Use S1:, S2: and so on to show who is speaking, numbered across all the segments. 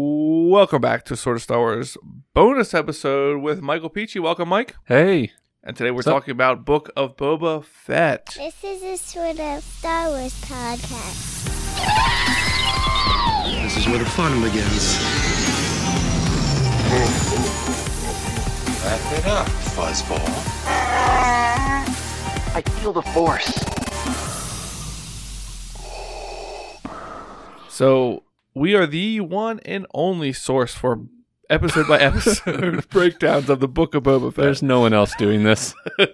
S1: Welcome back to Sort of Star Wars bonus episode with Michael Peachy. Welcome, Mike.
S2: Hey,
S1: And today we're
S2: What's up?
S1: talking about Book of Boba Fett.
S3: This is a sort of Star Wars podcast.
S4: This is where the fun begins.
S5: Wrap it up, fuzzball.
S6: I feel the force.
S1: So we are the one and only source for episode by episode breakdowns of the Book of Boba Fett.
S2: there's no one else doing this.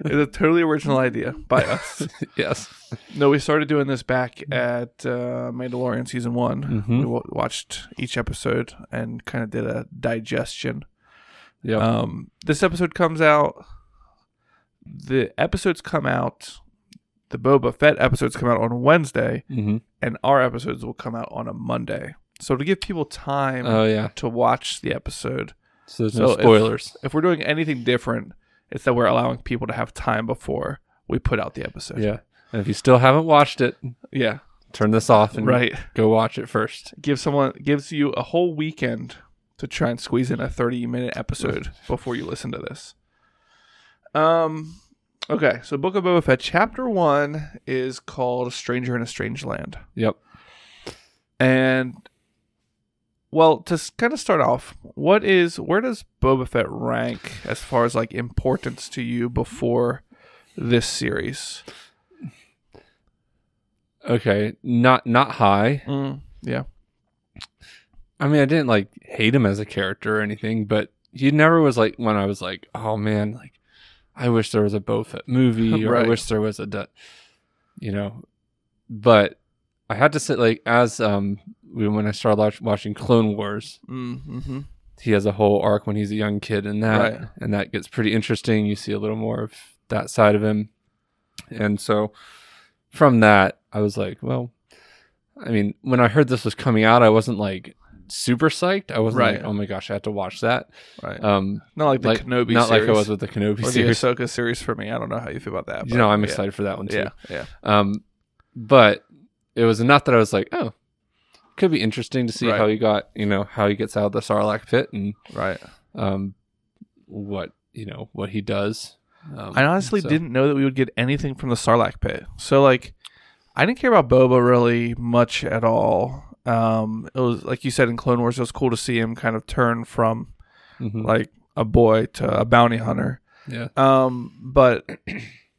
S1: It's a totally original idea by us.
S2: yes.
S1: no, we started doing this back at uh, Mandalorian season one.
S2: Mhm.
S1: We wa- watched each episode and kind of did a digestion.
S2: Yeah.
S1: Um, this episode comes out. The episodes come out. The Boba Fett episodes come out on Wednesday,
S2: hmm
S1: and our episodes will come out on a Monday. So to give people time
S2: Oh yeah.
S1: to watch the episode,
S2: So there's no
S1: So if-
S2: spoilers.
S1: if we're doing anything different, it's that we're allowing people to have time before we put out the episode.
S2: yeah. And if you still haven't watched it,
S1: yeah,
S2: turn this off and
S1: right.
S2: go watch it first.
S1: Give someone gives you a whole weekend to try and squeeze in a thirty-minute episode before you listen to this. Um. Okay, so Book of Boba Fett, chapter one is called "Stranger in a Strange Land,"
S2: Yep.
S1: and well, to kind of start off, what is where does Boba Fett rank as far as like importance to you before this series?
S2: Okay. Not not high.
S1: Mm, yeah,
S2: I mean, I didn't like hate him as a character or anything, but he never was like when I was like, oh man, like I wish there was a Boba Fett movie, or
S1: Right.
S2: I wish there was a, du- you know. But I had to sit like as um when I started watch- watching Clone Wars,
S1: mm-hmm.
S2: he has a whole arc when he's a young kid and that
S1: Right.
S2: and that gets pretty interesting you see a little more of that side of him and so from that i was like well i mean when i heard this was coming out i wasn't like super psyched i wasn't
S1: Right.
S2: like oh my gosh i have to watch that
S1: right.
S2: um
S1: not like the
S2: like
S1: Kenobi,
S2: not
S1: series.
S2: like i was with the kenobi
S1: or the
S2: series
S1: Ahsoka series for me. I don't know how you feel about that.
S2: you know i'm
S1: yeah.
S2: excited for that one too
S1: Yeah, yeah,
S2: um, but it was enough that I was like, oh, could be interesting to see
S1: Right.
S2: how he got, you know, how he gets out of the Sarlacc pit and
S1: right.
S2: um, what you know what he does. Um,
S1: I honestly
S2: so-
S1: didn't know that we would get anything from the Sarlacc pit. So like, I didn't care about Boba really much at all. Um, it was like you said in Clone Wars, it was cool to see him kind of turn from
S2: Mhm.
S1: like a boy to a bounty hunter.
S2: yeah,
S1: Um, but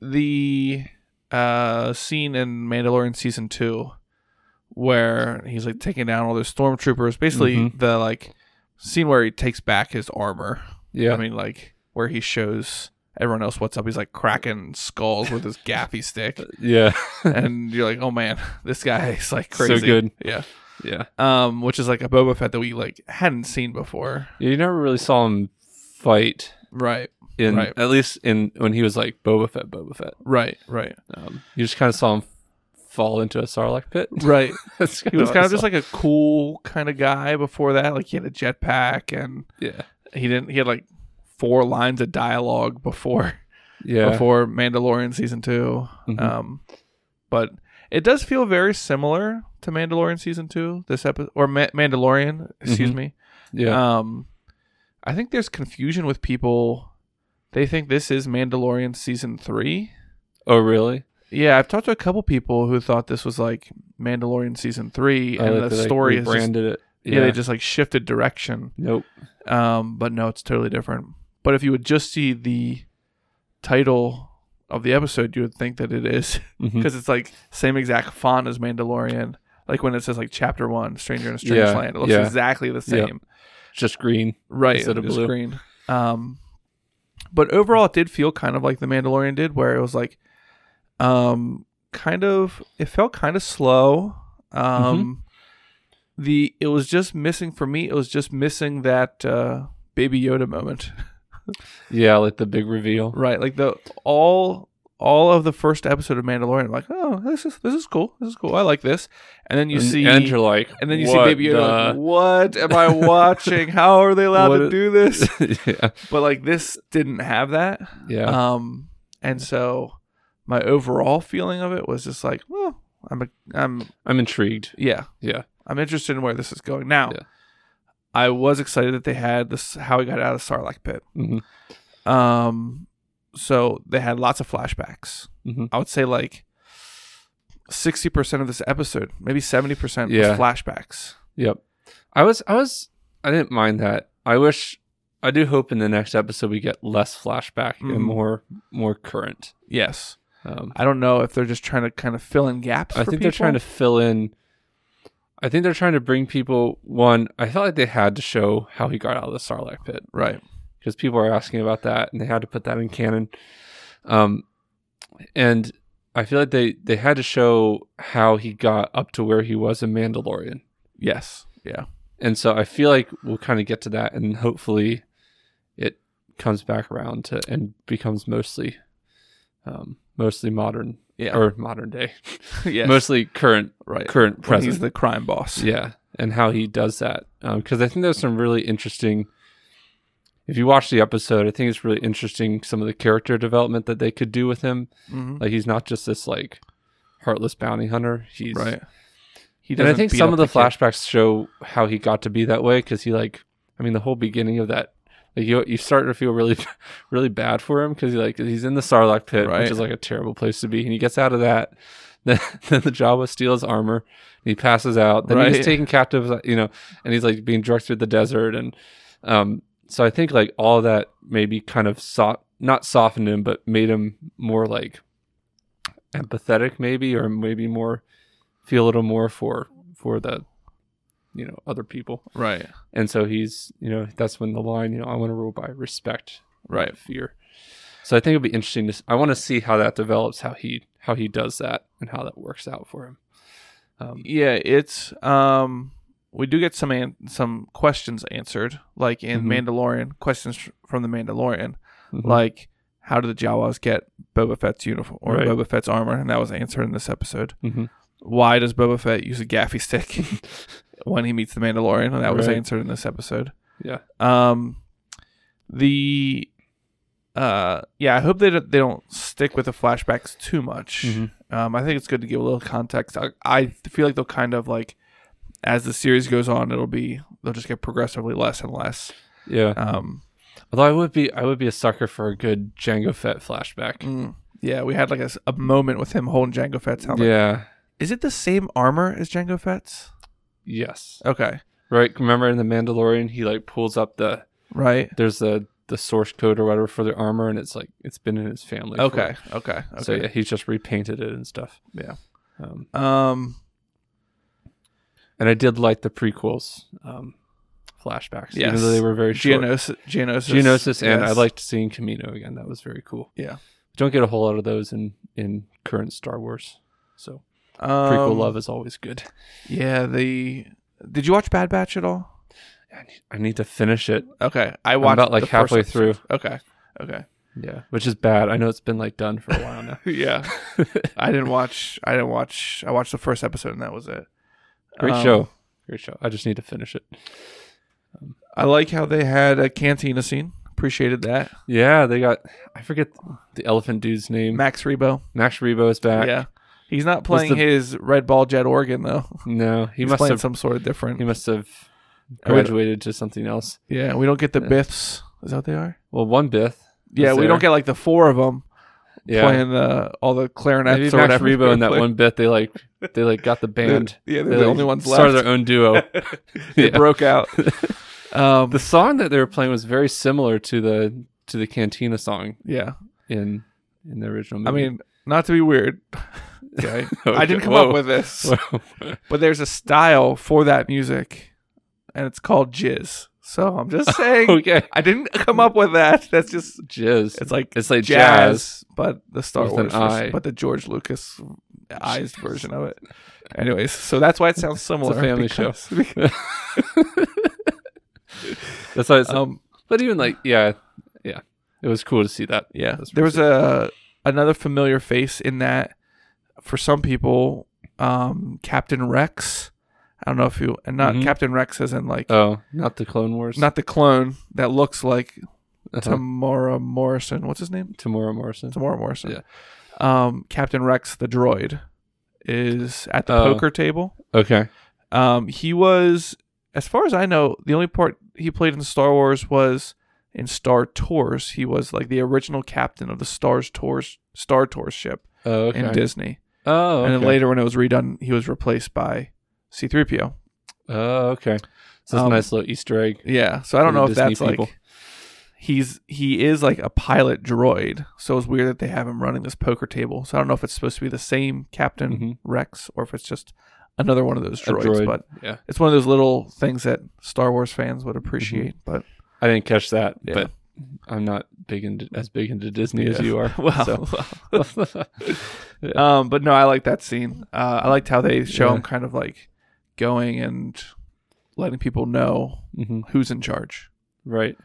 S1: the uh, scene in Mandalorian season two where he's like taking down all those stormtroopers, basically
S2: Mhm.
S1: the like scene where he takes back his armor.
S2: yeah,
S1: I mean, like where he shows everyone else what's up. He's like cracking skulls with his gaffy stick,
S2: yeah,
S1: and you're like, oh man, this guy is like
S2: So
S1: crazy.
S2: good.
S1: yeah.
S2: yeah.
S1: Um, which is like a Boba Fett that we like hadn't seen before,
S2: You never really saw him fight
S1: right?
S2: in
S1: Right.
S2: at least in when he was like Boba Fett, Boba Fett.
S1: Right, right,
S2: Um, you just kind of saw him fall into a Sarlacc pit.
S1: right.
S2: That's
S1: He was
S2: what I
S1: kind of just
S2: saw.
S1: like a cool kind of guy before that. Like he had a jetpack, and
S2: yeah,
S1: he didn't. He had like four lines of dialogue before
S2: yeah,
S1: before Mandalorian season 2
S2: Mhm.
S1: Um, but it does feel very similar to Mandalorian season two. This episode or Ma- Mandalorian, excuse
S2: Mhm.
S1: me.
S2: yeah,
S1: Um, I think there's confusion with people. They think this is Mandalorian season three.
S2: oh really?
S1: Yeah, I've talked to a couple people who thought this was like Mandalorian season three,
S2: Oh,
S1: and
S2: like
S1: the
S2: they, like,
S1: story is just,
S2: rebranded it.
S1: yeah, they just like shifted direction.
S2: nope.
S1: Um, but no, it's totally different. But if you would just see the title of the episode, you would think that it is
S2: Mhm.
S1: because it's like same exact font as Mandalorian. Like when it says like Chapter One, Stranger in a Strange
S2: Yeah,
S1: Land, it looks
S2: yeah.
S1: exactly the
S2: Yeah.
S1: same,
S2: just green.
S1: right?
S2: Instead of
S1: just
S2: blue.
S1: green. Um, but overall, it did feel kind of like the Mandalorian did, where it was like, um, kind of it felt kind of slow. Um,
S2: Mm-hmm.
S1: the it was just missing for me. It was just missing that uh, Baby Yoda moment.
S2: Yeah, like the big reveal.
S1: Right, like the all all of the first episode of Mandalorian, I'm like, oh, this is this is cool, this is cool, I like this. And then you see,
S2: and you're like,
S1: and then you see
S2: "What
S1: Baby Yoda, like,
S2: the-"
S1: what am I watching? How are they allowed
S2: What
S1: to
S2: is-
S1: do this?
S2: yeah,
S1: But like this didn't have that.
S2: yeah,
S1: Um, and so my overall feeling of it was just like, well, I'm a, I'm
S2: I'm intrigued.
S1: yeah,
S2: Yeah,
S1: I'm interested in where this is going now.
S2: Yeah.
S1: I was excited that they had this how he got out of the Sarlacc pit.
S2: Mhm.
S1: Um, so they had lots of flashbacks.
S2: Mhm.
S1: I would say like sixty percent of this episode, maybe seventy percent,
S2: Yeah.
S1: was flashbacks.
S2: Yep. I was I was I didn't mind that. I wish I do hope in the next episode we get less flashback
S1: Mhm.
S2: and more more current.
S1: Yes,
S2: Um,
S1: I don't know if they're just trying to kind of fill in gaps.
S2: I
S1: for
S2: think they're
S1: people.
S2: trying to fill in I think they're trying to bring people one, I felt like they had to show how he got out of the Sarlacc pit
S1: right.
S2: because people are asking about that and they had to put that in canon. Um and I feel like they they had to show how he got up to where he was in Mandalorian.
S1: Yes, yeah,
S2: And so I feel like we'll kind of get to that and hopefully it comes back around to and becomes mostly um mostly modern
S1: yeah,
S2: or modern day.
S1: yes,
S2: Mostly current
S1: right.
S2: current
S1: When he's
S2: present.
S1: the crime boss.
S2: yeah, and how he does that. Um cuz I think there's some really interesting if you watch the episode, I think it's really interesting some of the character development that they could do with him.
S1: Mhm.
S2: Like he's not just this like heartless bounty hunter. He's
S1: right. He
S2: and I
S1: doesn't
S2: think
S1: beat
S2: some
S1: up
S2: of the,
S1: kid.
S2: flashbacks show how he got to be that way because he like, I mean, the whole beginning of that, like you you start to feel really, really bad for him because he like he's in the Sarlacc pit,
S1: Right.
S2: which is like a terrible place to be, and he gets out of that. Then, then the Jawa steals armor, and he passes out. Then
S1: Right.
S2: he's taken captive, you know, and he's like being drugged through the desert, and um, so I think like all that maybe kind of soft, not softened him, but made him more like empathetic, maybe, or maybe more feel a little more for for the you know other people.
S1: Right.
S2: And so he's you know that's when the line you know I want to rule by respect,
S1: Right.
S2: not fear. So I think it'll be interesting. To, s- I want to see how that develops, how he how he does that, and how that works out for him. Um,
S1: yeah it's um we do get some an- some questions answered like in
S2: Mhm.
S1: mandalorian questions fr- from the mandalorian
S2: mhm.
S1: like how did the jawas get boba fett's uniform or
S2: Right.
S1: boba fett's armor and that was answered in this episode
S2: Mhm.
S1: why does boba fett use a gaffy stick when he meets the mandalorian and that was
S2: Right.
S1: answered in this episode
S2: yeah,
S1: um the uh yeah i hope they don't, they don't stick with the flashbacks too much
S2: Mhm.
S1: um i think it's good to give a little context I, I feel like they'll kind of like as the series goes on it'll be they'll just get progressively less and less
S2: yeah.
S1: um
S2: Although I would be I would be a sucker for a good Django Fett flashback.
S1: mm, yeah we had like a, s- a moment with him holding Django Fett's helmet
S2: Yeah.
S1: is it the same armor as Django Fett's
S2: Yes.
S1: okay
S2: Right. Remember in the Mandalorian, he like pulls up the
S1: right
S2: there's the the source code or whatever for the armor, and it's like it's been in his family. for-
S1: okay okay okay
S2: So yeah, he's just repainted it and stuff.
S1: Yeah.
S2: Um,
S1: um
S2: and I did like the prequels um, flashbacks,
S1: Yes.
S2: even though they were very short.
S1: Geonosis, Geonosis,
S2: Geonosis, and I
S1: yes.
S2: liked seeing Camino again. That was very cool.
S1: Yeah.
S2: Don't get a whole lot of those in in current Star Wars. So
S1: um,
S2: prequel love is always good.
S1: Yeah, the did you watch Bad Batch at all?
S2: I need, I need to finish it.
S1: Okay, I
S2: I'm
S1: watched
S2: about like
S1: the first
S2: halfway
S1: episode.
S2: through.
S1: Okay, okay,
S2: Yeah, which is bad. I know it's been like done for a while now.
S1: yeah. I didn't watch. I didn't watch. I watched the first episode and that was it.
S2: Great
S1: Um,
S2: show. Great show. I just need to finish it.
S1: I like how they had a cantina scene. Appreciated that.
S2: Yeah, they got I forget the elephant dude's name.
S1: Max Rebo.
S2: Max Rebo is back.
S1: Yeah, he's not playing
S2: the-
S1: his red ball jet organ though.
S2: No, he
S1: He's
S2: must
S1: playing
S2: have
S1: some sort of different.
S2: he must have graduated to something else.
S1: yeah, we don't get the Biffs. Is that what they are?
S2: Well, one Bith.
S1: Yeah, we don't get like the four of them
S2: yeah.
S1: playing the all the clarinets
S2: Maybe
S1: or
S2: Max
S1: whatever.
S2: Rebo and that
S1: Play-
S2: one Bith. They like they like got the band.
S1: yeah, they're
S2: They,
S1: the
S2: like,
S1: only ones
S2: started
S1: left.
S2: their own duo.
S1: They
S2: Yeah.
S1: broke out. Um,
S2: the song that they were playing was very similar to the to the Cantina song
S1: yeah,
S2: in in the original
S1: I
S2: movie.
S1: mean, not to be weird. Okay.
S2: Oh,
S1: I didn't come up with this,
S2: with
S1: but there's a style for that music, and it's called jizz. So I'm
S2: Oh,
S1: just saying,
S2: Okay.
S1: I didn't come up with that. That's just
S2: Jizz.
S1: it's like
S2: It's like
S1: jazz, but the Star
S2: with an
S1: Wars, vers-
S2: eye.
S1: but the George Lucas eyes version of it. Anyways, so that's why it sounds similar.
S2: family
S1: because-
S2: That's why it's
S1: um,
S2: But even like, yeah, yeah, it was cool to see that.
S1: yeah,
S2: That's
S1: there was a another familiar face in that. For some people, um, Captain Rex. I don't know if you and not
S2: Mhm.
S1: Captain Rex as in like
S2: Oh, not the Clone Wars.
S1: not the clone that looks like
S2: uh
S1: Tamora Morrison. What's his name?
S2: Tamora Morrison.
S1: Tamora Morrison. Um, Captain Rex the droid is at the
S2: Oh.
S1: poker table.
S2: Okay.
S1: Um, he was as far as I know, the only part he played in Star Wars was in Star Tours. He was like the original captain of the Stars Tours Star Tours ship
S2: Oh,
S1: in Disney.
S2: Oh,
S1: And then
S2: okay.
S1: later when it was redone, he was replaced by C3PO.
S2: Oh, okay. So it's
S1: Um,
S2: a nice little Easter egg.
S1: Yeah, so I don't
S2: For the
S1: know if
S2: Disney
S1: that's
S2: people.
S1: like he's he is like a pilot droid. So it's weird that they have him running this poker table. So I don't know if it's supposed to be the same Captain
S2: Mhm.
S1: Rex or if it's just another one of those
S2: A
S1: droids.
S2: droid.
S1: But
S2: yeah,
S1: it's one of those little things that Star Wars fans would appreciate.
S2: Mm-hmm.
S1: But
S2: I didn't catch that,
S1: Yeah.
S2: but I'm not big into as big into Disney as
S1: Yeah.
S2: you are.
S1: Well,
S2: Yeah.
S1: um, but no, I like that scene. Uh, I liked how they show
S2: Yeah.
S1: him kind of like going and letting people know
S2: Mhm.
S1: who's in charge.
S2: right,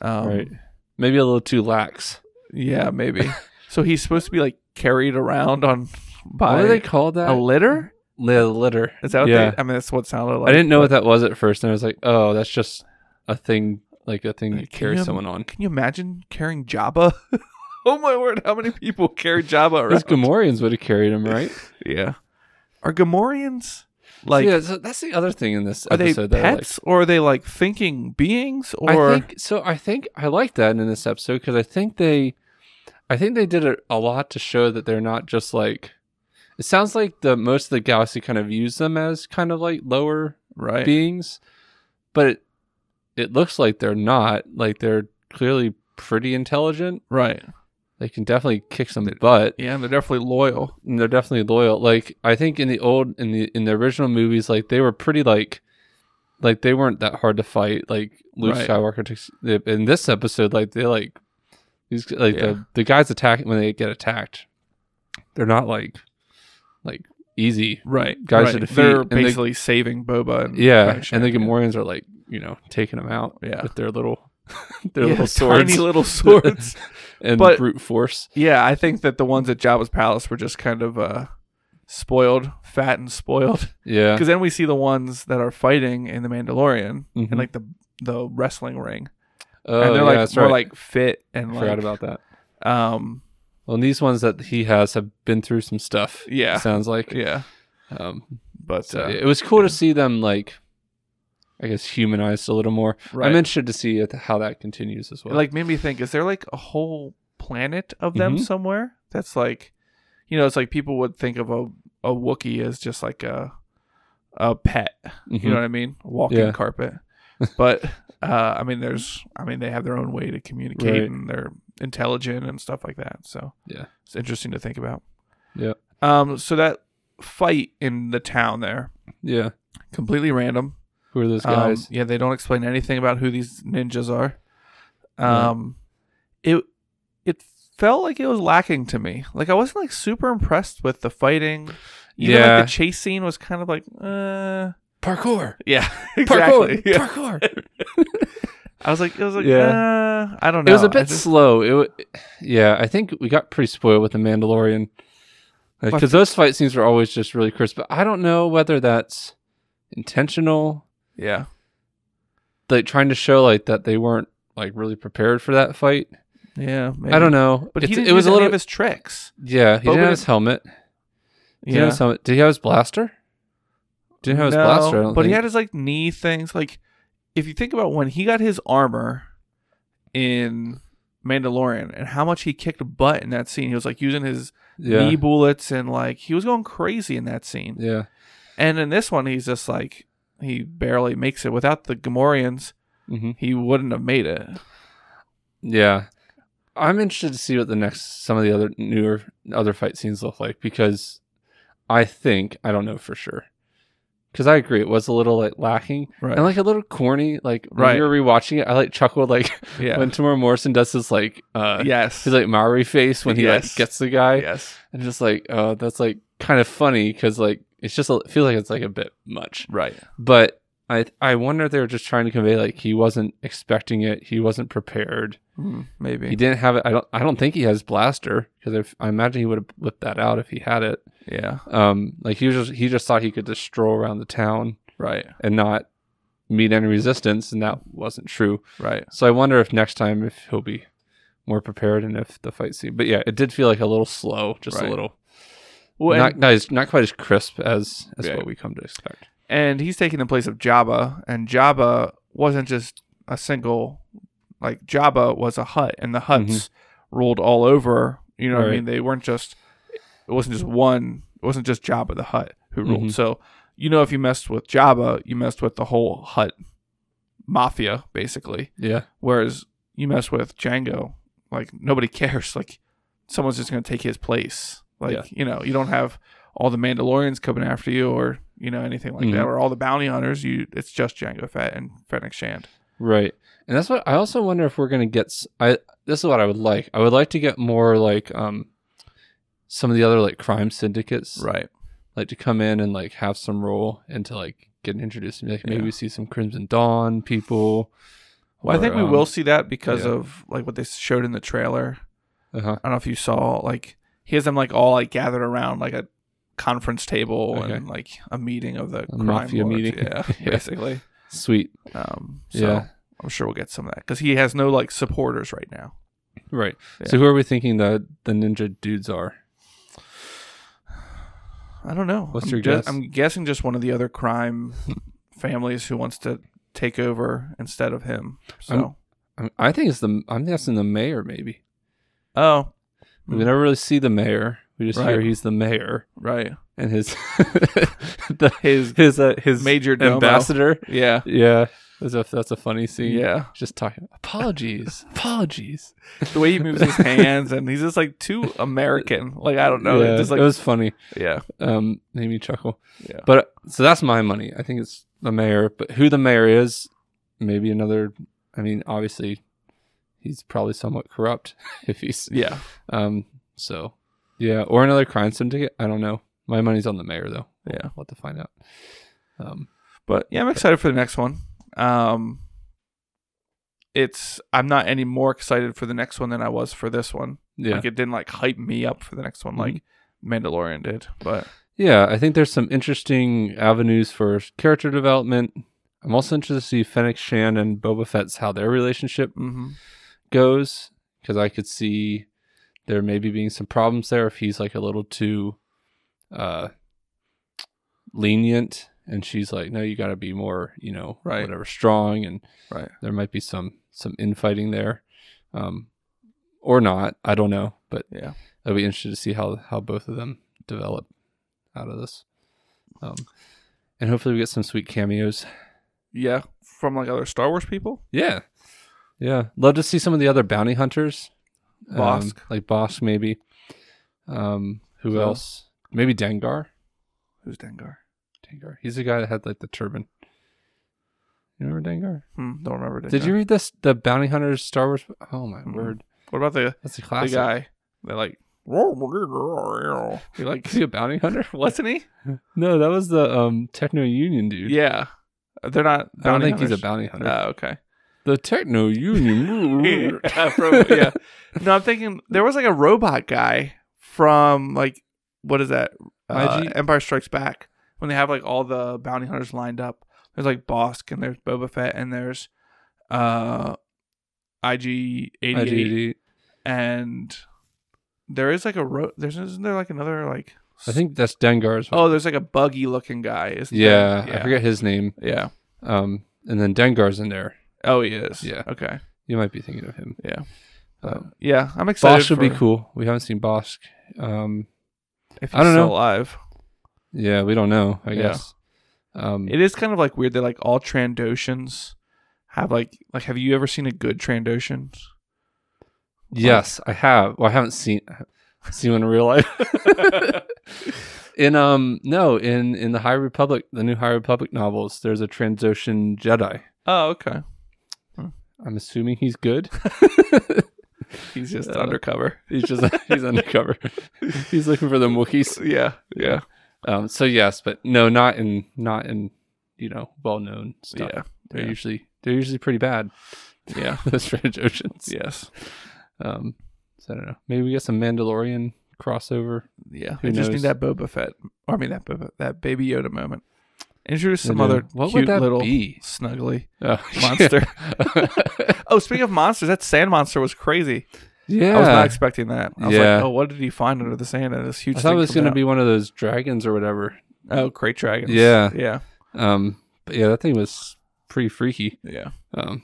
S1: Um,
S2: right. Maybe a little too lax.
S1: Yeah, maybe. so he's supposed to be like carried around on by
S2: what do they call that?
S1: a litter.
S2: Li- litter.
S1: Is that what
S2: yeah.
S1: they? I mean, that's what it sounded like.
S2: I didn't know what that was at first, and I was like, "Oh, that's just a thing, like a thing you
S1: Can
S2: carry
S1: you-
S2: someone on."
S1: Can you imagine carrying Jabba? oh my word! How many people carry Jabba around?
S2: Those Gamorreans would have carried him, right?
S1: yeah. Are Gamorreans like?
S2: yeah, so that's the other thing in this
S1: are they
S2: episode that I liked.
S1: pets or are they like thinking beings or
S2: I think so. I think I like that in this episode because I think they, I think they did a, a lot to show that they're not just like. It sounds like the most of the galaxy kind of views them as kind of like lower
S1: right?
S2: beings, but it, it looks like they're not. Like they're clearly pretty intelligent.
S1: right.
S2: They can definitely kick some butt.
S1: Yeah, and they're definitely loyal.
S2: and they're definitely loyal. Like I think in the old in the in the original movies, like they were pretty like like they weren't that hard to fight. Like Luke
S1: Right.
S2: Skywalker takes in this episode, like they like these like
S1: Yeah.
S2: the the guys attack when they get attacked. They're not like like easy.
S1: Right.
S2: Guys
S1: right.
S2: to defeat,
S1: They're
S2: and they-
S1: basically saving Boba. And
S2: Yeah,
S1: finishing
S2: and the
S1: him.
S2: Gamorreans are like you know taking them out
S1: Yeah.
S2: with their little their
S1: Yeah,
S2: little swords
S1: Tiny little swords.
S2: and
S1: but-
S2: brute force.
S1: yeah, I think that the ones at Jabba's palace were just kind of uh, spoiled, fat and spoiled.
S2: Yeah,
S1: Because then we see the ones that are fighting in the Mandalorian
S2: Mhm.
S1: in like the the wrestling ring,
S2: oh,
S1: and they're
S2: yeah,
S1: like
S2: that's
S1: more
S2: right.
S1: like fit and
S2: I
S1: like
S2: forgot about that.
S1: um
S2: Well, and these ones that he has have been through some stuff.
S1: Yeah.
S2: sounds like.
S1: yeah.
S2: Um,
S1: But
S2: so
S1: uh,
S2: it was cool to see them like, I guess humanized a little more.
S1: Right.
S2: I'm interested to see it, how that continues as
S1: It,
S2: well.
S1: like made me think is there like a whole planet of them
S2: Mhm.
S1: somewhere that's like you know it's like people would think of a a wookiee as just like a a pet
S2: Mhm.
S1: you know what i mean a walking
S2: Yeah.
S1: carpet but uh i mean there's i mean they have their own way to communicate
S2: Right.
S1: and they're intelligent and stuff like that so
S2: Yeah.
S1: it's interesting to think about
S2: Yeah.
S1: um so that fight in the town there
S2: yeah.
S1: completely random
S2: Who are those
S1: um,
S2: guys?
S1: yeah, they don't explain anything about who these ninjas are.
S2: Right.
S1: Um, it it felt like it was lacking to me. Like I wasn't like super impressed with the fighting. Even,
S2: Yeah.
S1: like, the chase scene was kind of like, uh,
S2: parkour.
S1: yeah, exactly.
S2: Parkour.
S1: Yeah.
S2: Parkour.
S1: I was like, it was like, uh, I don't know.
S2: it was a
S1: I
S2: bit
S1: just-
S2: slow. It. wa- yeah, I think we got pretty spoiled with the Mandalorian
S1: But-
S2: because those fight scenes were always just really crisp. But I don't know whether that's intentional.
S1: yeah,
S2: like trying to show like that they weren't like really prepared for that fight.
S1: yeah.
S2: I don't know,
S1: but he
S2: It's-
S1: didn't
S2: it was
S1: use
S2: a
S1: any
S2: little
S1: of his tricks.
S2: yeah.
S1: Boba
S2: He didn't have
S1: didn't-
S2: his helmet. He didn't
S1: yeah.
S2: have his helmet. Did he have his blaster? Didn't have his
S1: No,
S2: blaster. I don't
S1: but he
S2: think.
S1: had his like knee things. Like if you think about when he got his armor in Mandalorian and how much he kicked butt in that scene, he was like using his
S2: yeah.
S1: knee bullets and like he was going crazy in that scene.
S2: yeah,
S1: And in this one, he's just like he barely makes it. Without the Gamorreans,
S2: hmm
S1: he wouldn't have made it.
S2: yeah. I'm interested to see what the next some of the other newer other fight scenes look like because I think I don't know for sure. Because I agree, it was a little like lacking
S1: Right.
S2: and like a little corny. Like when
S1: Right.
S2: we were rewatching it, I like chuckled like
S1: yeah.
S2: when Tamara Morrison does his like uh,
S1: yes.
S2: He's like Maori face when he
S1: Yes.
S2: like gets the guy,
S1: yes.
S2: and just like, oh, that's like kind of funny because like it's just a, it feels like it's like a bit much.
S1: Right.
S2: But I I wonder if they were just trying to convey like he wasn't expecting it, he wasn't prepared,
S1: Mm, maybe.
S2: he didn't have it. I don't I don't think he has blaster because I imagine he would have whipped that out if he had it.
S1: Yeah.
S2: Um, like he was just he just thought he could just stroll around the town
S1: Right.
S2: and not meet any resistance, and that wasn't true.
S1: Right.
S2: So I wonder if next time if he'll be more prepared and if the fight scene. But yeah, it did feel like a little slow, just
S1: Right.
S2: a little
S1: Well, and-
S2: not, not as not quite as crisp as as
S1: Yeah.
S2: what we come to expect.
S1: and he's taking the place of Jabba, and Jabba wasn't just a single, like Jabba was a hut, and the huts ruled all over. You know what I
S2: Right.
S1: mean? They weren't just. It wasn't just one. It wasn't just Jabba the Hut who ruled.
S2: Mhm.
S1: So you know, if you messed with Jabba, you messed with the whole Hut mafia, basically.
S2: Yeah.
S1: Whereas you mess with Django, like nobody cares. Like someone's just gonna take his place. Like
S2: Yeah.
S1: you know, you don't have all the Mandalorians coming after you, or you know anything like that,
S2: Mhm.
S1: or all the bounty hunters. You, it's just Django Fett and Fennec Shand.
S2: Right. And that's what I also wonder if we're going to get s- I this is what I would like. I would like to get more like um some of the other like crime syndicates
S1: Right.
S2: like to come in and like have some role and to like get introduced and be like maybe
S1: Yeah.
S2: we see some Crimson Dawn people.
S1: Well, I
S2: or,
S1: think we
S2: um,
S1: will see that because
S2: yeah.
S1: of like what they showed in the trailer.
S2: Uh-huh.
S1: I don't know if you saw like he has them like all like gathered around like a conference table
S2: Okay.
S1: and like a meeting of the
S2: A
S1: crime
S2: mafia
S1: lords.
S2: meeting.
S1: Yeah,
S2: Yeah.
S1: basically.
S2: Sweet.
S1: Um, so
S2: Yeah.
S1: I'm sure we'll get some of that because he has no like supporters right now.
S2: Right.
S1: Yeah.
S2: So who are we thinking the the ninja dudes are?
S1: I don't know.
S2: What's
S1: I'm
S2: your
S1: ju-
S2: guess?
S1: I'm guessing just one of the other crime families who wants to take over instead of him. So
S2: I'm- I, I think it's the I'm guessing the mayor maybe.
S1: oh
S2: We never really see the mayor. We just hear
S1: Right.
S2: he's the mayor
S1: right
S2: and his the,
S1: his
S2: his uh, his
S1: Major domo.
S2: ambassador.
S1: yeah
S2: Yeah, as if that's a funny scene.
S1: yeah
S2: just talking. Apologies, apologies.
S1: the way he moves his hands and he's just like too American. Like I don't know.
S2: Yeah,
S1: It's just like
S2: it was funny.
S1: yeah
S2: Um, made me chuckle.
S1: Yeah.
S2: But so that's my money. I think it's the mayor. But who the mayor is, maybe another. I mean, obviously, he's probably somewhat corrupt. If he's
S1: yeah.
S2: um, so yeah, or another crime syndicate. I don't know. My money's on the mayor though.
S1: Yeah.
S2: we'll have to find out. Um,
S1: But yeah, I'm excited for the next one. Um it's I'm not any more excited for the next one than I was for this one.
S2: yeah, Mm-hmm.
S1: Like it didn't like hype me up for the next one like Mandalorian did. But
S2: Yeah, I think there's some interesting avenues for character development. I'm also interested to see Fennec Shan and Boba Fett's how their relationship
S1: hmm
S2: goes because I could see there maybe being some problems there if he's like a little too uh lenient and she's like no you got to be more you know
S1: Right.
S2: whatever strong and
S1: Right.
S2: there might be some some infighting there um or not I don't know but
S1: Yeah.
S2: I'll be interested to see how how both of them develop out of this um and hopefully we get some sweet cameos
S1: yeah, from like other Star Wars people.
S2: yeah. Yeah. Love to see some of the other bounty hunters. Um,
S1: Bosk.
S2: like Bosk, maybe. Um, who
S1: Yeah.
S2: else? Maybe Dengar.
S1: Who's Dengar?
S2: Dengar. He's the guy that had like the turban. You remember Dengar?
S1: Hmm, don't remember. Dengar.
S2: Did you read this? The Bounty Hunters Star Wars? Oh my
S1: Mm.
S2: word.
S1: What about the
S2: That's a
S1: the
S2: classic.
S1: guy that like? He like
S2: Is he a bounty hunter?
S1: wasn't he?
S2: No, that was the um Techno Union dude.
S1: Yeah, they're not.
S2: I don't
S1: bounty
S2: think he's a
S1: hunters.
S2: bounty hunter.
S1: Oh, okay.
S2: the Techno Union.
S1: yeah, from- yeah. No, I'm thinking there was like a robot guy from like what is that? Uh,
S2: IG?
S1: Empire Strikes Back when they have like all the bounty hunters lined up. There's like Bosk and there's Boba Fett and there's uh IG eighty eight
S2: IG.
S1: and there is like a ro- there's isn't there like another like
S2: I think that's Dengar's.
S1: oh there's like a buggy looking guy is
S2: yeah, I forget his name.
S1: yeah
S2: Um, and then Dengar's in there.
S1: oh he is
S2: Yeah.
S1: okay
S2: You might be thinking of him.
S1: Yeah.
S2: Um,
S1: yeah I'm excited
S2: Bosch would be
S1: for-
S2: cool. We haven't seen Bosch. Um,
S1: if he's
S2: I don't
S1: still
S2: know.
S1: alive
S2: yeah, we don't know. I
S1: Yeah.
S2: guess. Um,
S1: It is kind of like weird that like all Trandoshans have like like have you ever seen a good Trandoshan?
S2: yes, I have. Well, I haven't seen seen one in real life. in um, no, in in the High Republic, the new High Republic novels, there's a Transoshan Jedi.
S1: Oh, okay.
S2: I'm assuming he's good.
S1: He's just
S2: Uh,
S1: undercover.
S2: he's just he's undercover. he's looking for the Wookiees.
S1: Yeah, yeah,
S2: Um, so yes, but no, not in not in you know well known stuff.
S1: yeah,
S2: They're
S1: yeah.
S2: usually they're usually pretty bad.
S1: yeah.
S2: the Strange Oceans.
S1: Yes,
S2: Um, so I don't know. Maybe we get some Mandalorian crossover.
S1: yeah.
S2: Who
S1: I just
S2: knows?
S1: need that Boba Fett, or I mean that Boba, that Baby Yoda moment. Introduce some
S2: I know.
S1: other
S2: What
S1: cute
S2: would that
S1: little
S2: be?
S1: snuggly
S2: Oh,
S1: monster. oh, speaking of monsters, that sand monster was crazy.
S2: yeah.
S1: I was not expecting that. I was
S2: Yeah.
S1: like, oh, what did he find under the sand? And this huge.
S2: I thought it
S1: thing
S2: was
S1: comes
S2: going to
S1: out.
S2: be one of those dragons or whatever.
S1: oh, crate dragons.
S2: Yeah.
S1: yeah.
S2: Um, but yeah, that thing was pretty freaky.
S1: Yeah.
S2: Um,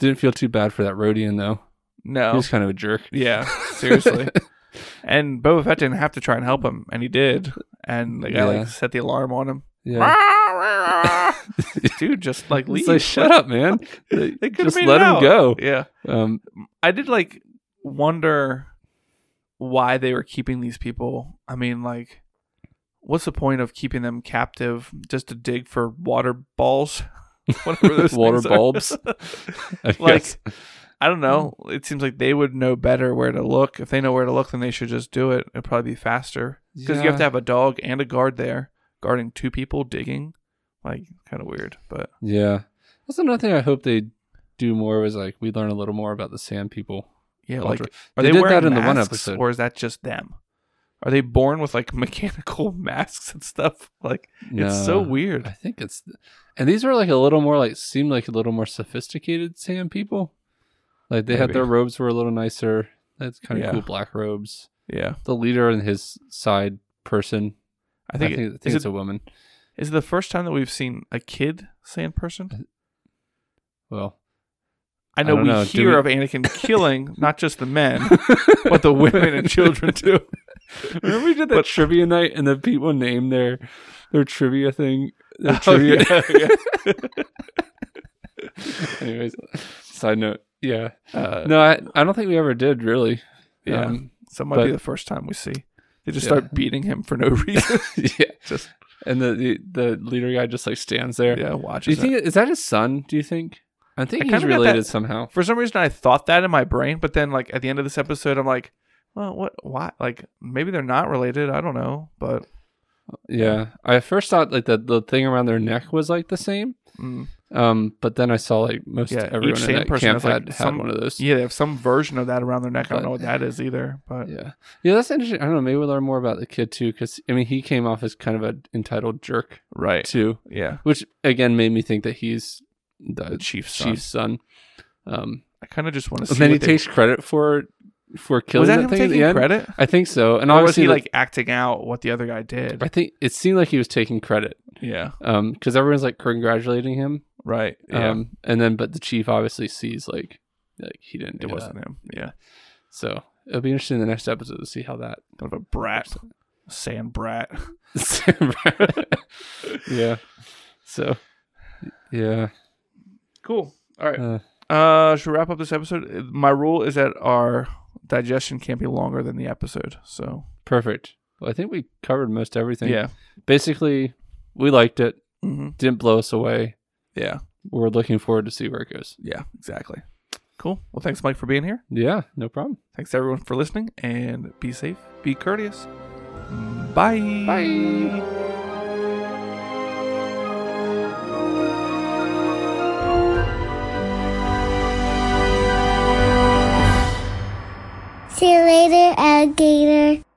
S2: didn't feel too bad for that Rodian though. He
S1: No.
S2: was kind of a jerk.
S1: Yeah. Seriously. and Boba Fett didn't have to try and help him, and he did. And the guy
S2: Yeah.
S1: like set the alarm on him.
S2: Yeah.
S1: Dude, just like leave.
S2: It's like, shut up, man. They,
S1: They could've
S2: just
S1: made
S2: let
S1: it
S2: him
S1: out.
S2: go.
S1: Yeah.
S2: Um,
S1: I did like wonder why they were keeping these people. I mean, like, what's the point of keeping them captive just to dig for water balls? Whatever those
S2: water
S1: things are.
S2: bulbs. I
S1: Like-
S2: guess.
S1: I don't know. It seems like they would know better where to look. If they know where to look, then they should just do it. It'd probably be faster because you have
S2: Yeah.
S1: to have a dog and a guard there guarding two people digging. Like, kind of weird, but
S2: Yeah. That's another thing I hope they do more was like we learn a little more about the sand people.
S1: yeah, like,
S2: Ultra-
S1: are
S2: they
S1: they,
S2: did
S1: wearing
S2: that in the one
S1: masks,
S2: episode.
S1: or is that just them? Are they born with like mechanical masks and stuff? Like, It's so
S2: No, I
S1: weird.
S2: think it's and these were like a little more like seemed like a little more sophisticated sand people. Like they had
S1: Maybe.
S2: their robes were a little nicer. That's kind of
S1: Yeah.
S2: cool black robes.
S1: Yeah.
S2: The leader and his side person.
S1: I think,
S2: I
S1: it-
S2: think, I think
S1: is,
S2: it's
S1: it,
S2: a woman.
S1: is it the first time that we've seen a kid sand person?
S2: Well,
S1: I know
S2: don't
S1: we
S2: know. Do
S1: hear
S2: we-
S1: of Anakin killing not just the men, but the women and children too.
S2: Remember we did that
S1: But-
S2: trivia night and then people named their their trivia thing. Their
S1: Oh,
S2: trivia.
S1: yeah,
S2: Anyways, side note. Yeah.
S1: yeah. Uh,
S2: No, I, I don't think we ever did really.
S1: yeah.
S2: Um,
S1: so it might be
S2: but-
S1: the first time we see. They just
S2: Yeah.
S1: start beating him for no reason.
S2: yeah.
S1: just
S2: And the, the the leader guy just like stands there.
S1: yeah,
S2: Do you
S1: watches. it.
S2: think is that his son? Do you think? I think
S1: I
S2: he's
S1: kinda got
S2: related
S1: that-
S2: somehow.
S1: For some reason, I thought that in my brain, but then like at the end of this episode, I'm like, well, what? Why? Like maybe they're not related. I don't know, but
S2: Yeah. I at first thought like the the thing around their neck was like the same.
S1: mm.
S2: Um, but then I saw like most
S1: Yeah, each
S2: everyone in
S1: same
S2: that
S1: person
S2: camp
S1: has, like,
S2: had, had
S1: some-
S2: one of those.
S1: yeah, they have some version of that around their neck. I
S2: But-
S1: don't know what that is either, but
S2: Yeah. Yeah, that's interesting. I don't know. Maybe we'll learn more about the kid too, because I mean, he came off as kind of an entitled jerk
S1: right.
S2: too,
S1: Yeah,
S2: which again made me think that he's
S1: the
S2: the
S1: chief's son.
S2: chief's son. Um,
S1: I kind of just want to
S2: and
S1: see.
S2: then he
S1: what they-
S2: takes credit for for killing
S1: was that
S2: that
S1: him
S2: thing at
S1: taking
S2: the end.
S1: credit,
S2: I think so. And
S1: or was
S2: obviously,
S1: he
S2: the-
S1: like acting out what the other guy did?
S2: I think it seemed like he was taking credit
S1: Yeah,
S2: um because everyone's like congratulating him
S1: right. Yeah,
S2: um and then but the chief obviously sees like like he didn't
S1: it
S2: do
S1: wasn't
S2: that.
S1: him. Yeah,
S2: so it'll be interesting in the next episode to see how that
S1: kind of a brat, sand brat.
S2: yeah so yeah
S1: Cool. All right.
S2: uh,
S1: Uh, should we wrap up this episode? My rule is that our digestion can't be longer than the episode. So
S2: perfect well, i think we covered most everything
S1: yeah,
S2: basically we liked it
S1: hmm
S2: didn't blow us away
S1: yeah,
S2: we're looking forward to see where it goes
S1: yeah. Exactly. Cool. Well, thanks, Mike, for being here.
S2: yeah no problem
S1: Thanks everyone for listening and be safe, be courteous. Bye.
S2: bye
S3: See you later, alligator.